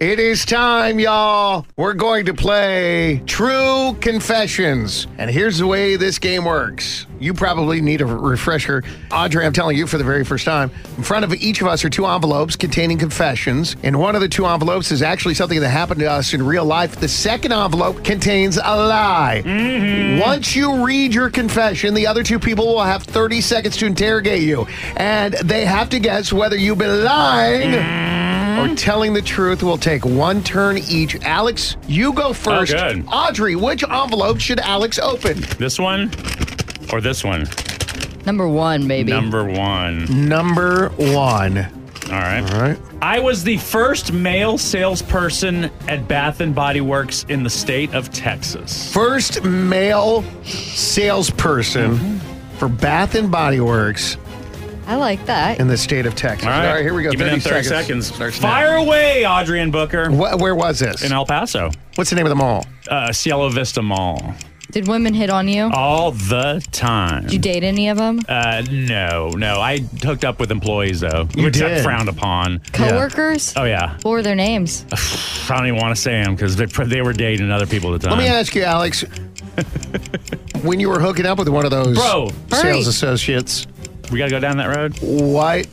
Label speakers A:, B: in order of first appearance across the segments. A: It is time, y'all. We're going to play True Confessions. And here's the way this game works. You probably need a refresher. Audrey, I'm telling you for the very first time, in front of each of us are two envelopes containing confessions. And one of the two envelopes is actually something that happened to us in real life. The second envelope contains a lie. Once you read your confession, the other two people will have 30 seconds to interrogate you. And they have to guess whether you've been lying or telling the truth. We'll take one turn each. Alex, you go first.
B: Oh, good.
A: Audrey, which envelope should Alex open?
B: This one or this one?
C: Number one, maybe.
B: Number one.
A: Mm-hmm. Number one.
B: All right.
A: All right.
B: I was the first male salesperson at Bath and Body Works in the state of Texas.
A: First male salesperson for Bath and Body Works
C: I like that.
A: in the state of Texas. All right here we go.
B: Give me that 30 seconds.
A: Starts now.
B: Fire away, Audrey and Booker.
A: Wh- where was this?
B: In El Paso,
A: What's the name of the mall?
B: uh, Cielo Vista Mall.
C: Did women hit on you?
B: All the time.
C: Did you date any of them?
B: Uh, no, no. I hooked up with employees, though,
A: You
B: which I
A: did.
B: frowned upon.
C: Coworkers?
B: Oh, yeah.
C: What were their names?
B: uh, I don't even want to say them because they, they were dating other people at the time.
A: Let me ask you, Alex. when you were hooking up with one of those
B: Bro.
C: Hurry.
A: sales associates,
B: we got to go down that road?
A: what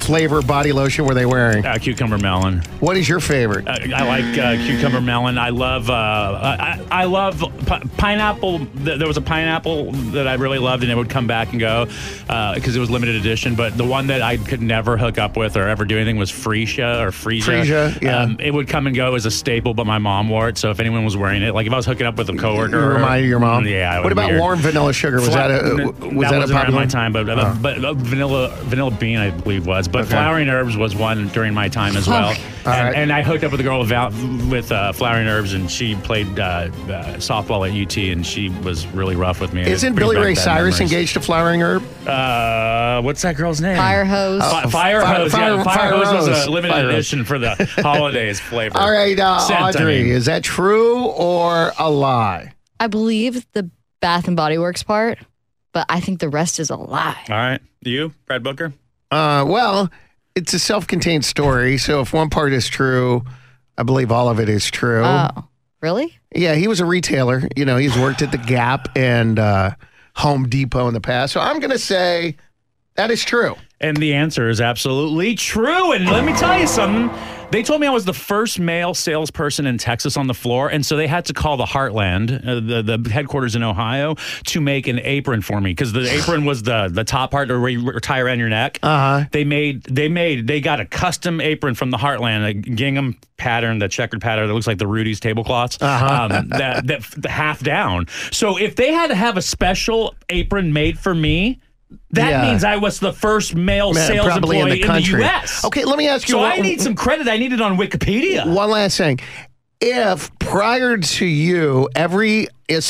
A: flavor body lotion were they wearing?
B: Uh, cucumber melon.
A: What is your favorite?
B: Uh, I like uh, cucumber melon. I love uh, I, I I love pi- pineapple. Th- There was a pineapple that I really loved, and it would come back and go because it was limited edition. But the one that I could never hook up with or ever do anything was Freesia or Freesia. Um,
A: Freesia, yeah.
B: it would come and go as a staple, but my mom wore it. So if anyone was wearing it, like if I was hooking up with a coworker,
A: You
B: or-
A: reminded your mom.
B: Yeah. it
A: What
B: would be
A: about
B: weird.
A: warm vanilla sugar? Was that a
B: Fla-
A: was that, a
B: wasn't
A: popular
B: around my time? But but- but uh, vanilla vanilla bean, I believe, was. But
A: Okay.
B: flowering herbs was one during my time as well. and,
A: All right.
B: and I hooked up with a girl with, val- with uh, flowering herbs, and she played uh, uh, softball at UT, and she was really rough with me. and it
A: Isn't
B: brings
A: Billy
B: back
A: Ray
B: bad
A: Cyrus
B: memories.
A: engaged to flowering herb?
B: Uh, what's that girl's name?
C: Fire hose.
B: Fi- fire
A: Fire-
B: hose. yeah,
A: Fire-
B: fire, hose
A: Fire
B: was
A: Hose.
B: a limited
A: Fire Hose.
B: edition for the holidays flavor.
A: All right, uh,
B: Scent, I
A: Audrey,
B: mean.
A: is that true or a lie?
C: I believe the Bath and Body Works part, but I think the rest is a lie.
B: All right, you, Brad Booker.
A: Uh, well, it's a self-contained story, so if one part is true, I believe all of it is true.
C: Oh, really?
A: Yeah, he was a retailer. You know, he's worked at the Gap and uh, Home Depot in the past. So I'm going to say that is true.
B: And the answer is absolutely true. And let me tell you something. They told me I was the first male salesperson in Texas on the floor, and so they had to call the Heartland, uh, the the headquarters in Ohio, to make an apron for me because the apron was the the top part where you re- tie around your neck.
A: Uh-huh.
B: They made they made they got a custom apron from the Heartland, a gingham pattern, the checkered pattern that looks like the Rudy's tablecloths, um, that that the half down. So if they had to have a special apron made for me. That
A: Yeah.
B: means I was the first male
A: Man,
B: sales
A: probably in
B: employee
A: the country.
B: U.S.
A: Okay, let me ask you
B: So
A: one,
B: I need some credit. I need it on Wikipedia.
A: one last thing. If prior to you, every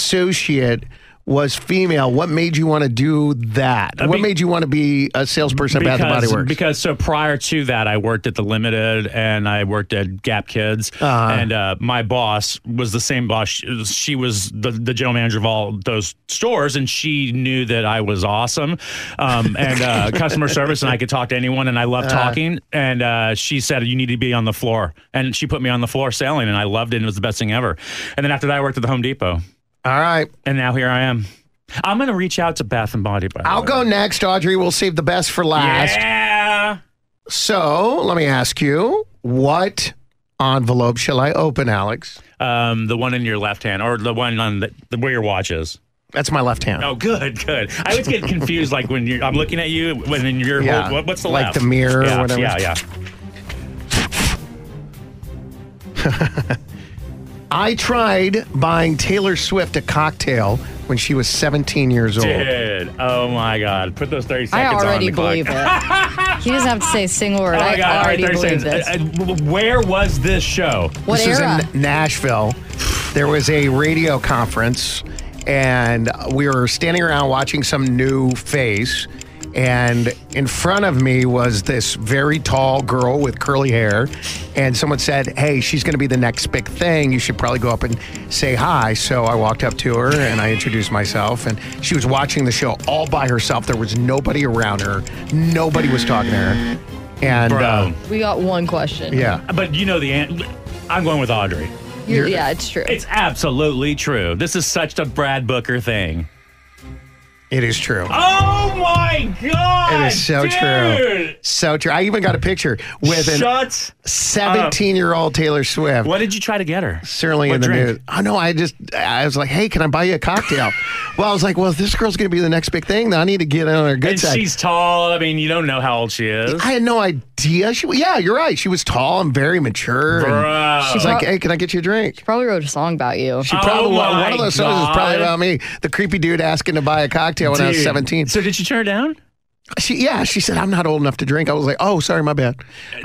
A: associate was female, what made you want to do that? what
B: Uh, be-
A: made you want to be a salesperson at Bath and Body Works?
B: because so prior to that, I worked at the Limited and I worked at Gap Kids,
A: Uh-huh.
B: and uh, my boss was the same boss. She, she was the, the general manager of all those stores, and she knew that I was awesome um, and uh, customer service, and I could talk to anyone, and I love
A: Uh-huh.
B: talking. And uh, she said, "You need to be on the floor," and she put me on the floor selling, and I loved it. and It was the best thing ever. And then after that, I worked at the Home Depot,
A: All right,
B: and now here I am. I'm gonna reach out to Bath and Body. By the
A: I'll
B: way.
A: go next, Audrey. We'll save the best for last.
B: Yeah.
A: So let me ask you, what envelope shall I open, Alex?
B: Um, the one in your left hand, or the one on the, the where your watch is.
A: That's my left hand.
B: Oh, good, good. I always get confused, like when you're, I'm looking at you, when in your
A: Yeah,
B: what, what's the
A: like
B: left?
A: the mirror or
B: yeah,
A: whatever.
B: Yeah, yeah.
A: I tried buying Taylor Swift a cocktail when she was 17 years old.
B: Dude, oh my God, put those thirty
C: I
B: seconds on
C: already
B: the clock.
C: believe it. He doesn't have to say a single word.
B: Oh
C: I
B: my God. All right,
C: already
B: 30
C: believe
B: seconds.
C: this.
B: Uh, uh, w- where was this show?
C: what
A: this
C: era?
A: was in Nashville. There was a radio conference, and we were standing around watching some new face. And in front of me was this very tall girl with curly hair. And someone said, Hey, she's going to be the next big thing. You should probably go up and say hi. So I walked up to her and I introduced myself. And she was watching the show all by herself. There was nobody around her, nobody was talking to her. And uh,
B: Bro.
C: we got one question.
A: yeah.
B: Um, But you know the answer. I'm going with Audrey.
C: You- yeah, it's true.
B: It's absolutely true. This is such a Brad Booker thing.
A: It is true.
B: Oh my God.
A: It is so true.
B: dude.
A: So true. I even got a picture with an
B: Shut.
A: 17 year old Taylor Swift.
B: What did you try to get her?
A: Certainly
B: What
A: in the
B: drink?
A: news. Oh, no, I just, I was like, hey, can I buy you a cocktail? well, I was like, well, if this girl's going to be the next big thing, then I need to get in on her good
B: And
A: side.
B: she's tall. I mean, you don't know how old she is.
A: I had no idea. She, yeah, you're right. She was tall and very mature. and
B: Bro.
A: she's like, hey, can I get you a drink?
C: Probably wrote a song about you.
A: She probably
B: Oh my
A: one of those songs is probably
B: God.
A: about me. The creepy dude asking to buy a cocktail when I was
B: Dude.
A: 17.
B: So did you turn her down?
A: She, yeah, she said, I'm not old enough to drink. I was like, oh, sorry, my bad.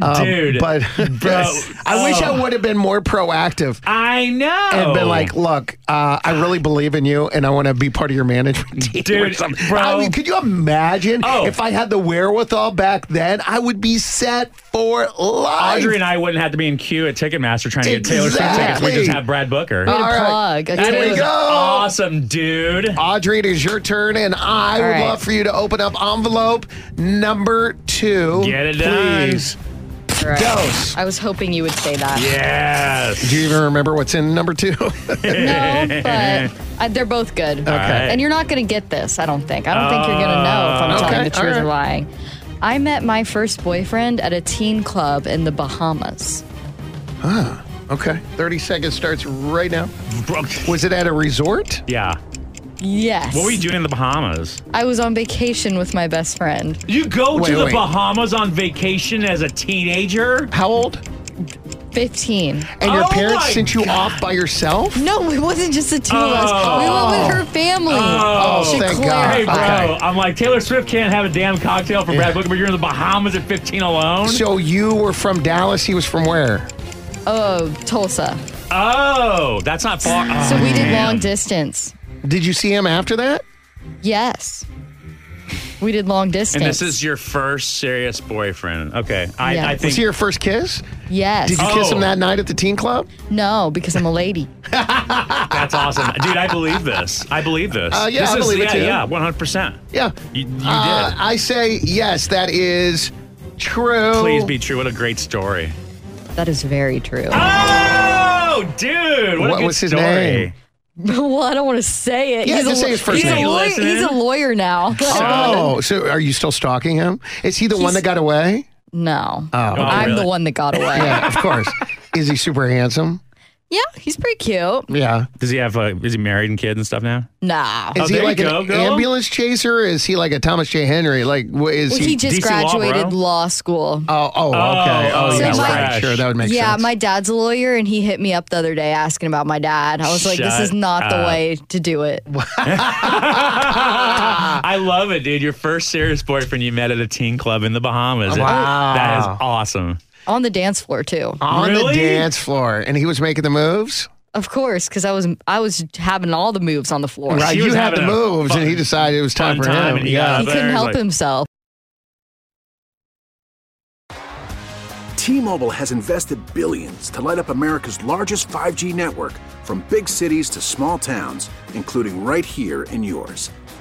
A: Um,
B: Dude,
A: But
B: bro,
A: I wish I
B: oh.
A: would have been more proactive
B: I know.
A: and been like, look, uh, I really believe in you and I want to be part of your management team. or
B: Dude,
A: something.
B: bro.
A: I mean, could you imagine
B: Oh.
A: if I had the wherewithal back then? I would be set for life.
B: Audrey and I wouldn't have to be in queue at Ticketmaster trying to get Taylor Swift tickets. We
A: Exactly.
B: just have Brad Booker.
C: Way to
A: all right.
C: plug. a
B: that
C: Taylor-
B: is
A: go.
B: awesome, dude.
A: Audrey, it is your turn, and I
C: All
A: would
C: right.
A: love for you to open up envelope number two.
B: Get it done.
A: please.
C: Right.
A: Dose.
C: I was hoping you would say that.
B: Yes.
A: Do you even remember what's in number two?
C: No, but uh, they're both good. Okay. And you're not going to get this, I don't think. I don't think you're going to know if I'm
A: Uh,
C: telling
A: okay,
C: the truth
A: all
C: or lying. I met my first boyfriend at a teen club in the Bahamas.
A: okay. 30 seconds starts right now.
B: Bro-
A: Was it at a resort?
B: Yeah.
C: Yes.
B: What were you doing in the Bahamas?
C: I was on vacation with my best friend.
B: You go
A: Wait,
B: to the
A: wait.
B: Bahamas on vacation as a teenager?
A: How old?
C: 15.
A: And your
B: Oh
A: parents
B: my
A: sent you off by yourself?
C: No, it wasn't just the two of us. We went with her family.
B: Oh,
C: Should
A: thank God.
B: Hey, bro.
C: clarify.
A: Okay.
B: I'm like, Taylor Swift can't have a damn cocktail from Brad Booker, but you're in the Bahamas at 15 alone?
A: So you were from Dallas. He was from where?
C: Oh, Tulsa.
B: oh, that's not far. Oh,
C: So we did
B: man.
C: long distance.
A: Did you see him after that?
C: Yes. We did long distance.
B: And this is your first serious boyfriend. Okay. I,
C: Yeah.
B: I
A: Was
B: think.
A: he your first kiss?
C: Yes.
A: Did you kiss
B: Oh.
A: him that night at the teen club?
C: No, because I'm a lady.
B: That's awesome, dude. I believe this. I believe this.
A: Uh, yeah,
B: this
A: I believe it
B: yeah,
A: too.
B: Yeah, one hundred percent.
A: Yeah.
B: You, you
A: Uh,
B: did.
A: I say yes. That is true.
B: Please be true. What a great story.
C: That is very true.
B: Oh, dude. What,
A: What
B: a good
A: was his
B: story.
A: name?
C: well, I don't want to say it.
A: Yeah,
C: he's
A: just
C: a,
A: say his first
C: he's
B: name.
C: A lawyer,
B: Listening.
C: he's a lawyer now.
A: Oh, so are you still stalking him? Is he the one
C: He's-
A: that got away?
C: no.
A: Oh,
C: I'm
B: really?
C: the one that got away.
A: yeah, of course. Is he super handsome?
C: Yeah, he's pretty cute.
A: Yeah.
B: Does he have? Uh, is he married and kids and stuff now?
C: Nah.
A: Is
B: Oh,
A: he
B: there you
A: like
B: go,
A: an
B: girl.
A: ambulance chaser? Or is he like a Thomas J. Henry? Like, what is
B: Oh,
C: Well,
A: he?
C: he just
B: DC law,
C: graduated
B: bro.
C: law school.
A: oh, oh, okay. Oh,
B: Oh,
A: yeah,
C: so my-
A: right. Sure, that would make
C: yeah,
A: sense.
C: my dad's a lawyer, and he hit me up the other day asking about my dad. I was like, this
B: Shut
C: is not the
B: up.
C: way to do it.
A: Ah.
B: I love it, dude. Your first serious boyfriend you met at a teen club in the Bahamas.
A: Oh, Wow.
B: that is awesome.
C: On the dance floor, too.
A: on the
B: Really?
A: dance floor, and he was making the moves.
C: Of course, because I was I was having all the moves on the floor.
A: Right,
B: She
A: you
B: was
A: had the
B: having a
A: moves, and
B: fun-
A: he decided it was time
B: fun
A: for
B: time,
A: him.
B: and he got
C: He
B: up.
C: couldn't
B: There's
C: help
B: like-
C: himself.
D: T-Mobile has invested billions to light up America's largest 5G network from big cities to small towns, including right here in yours.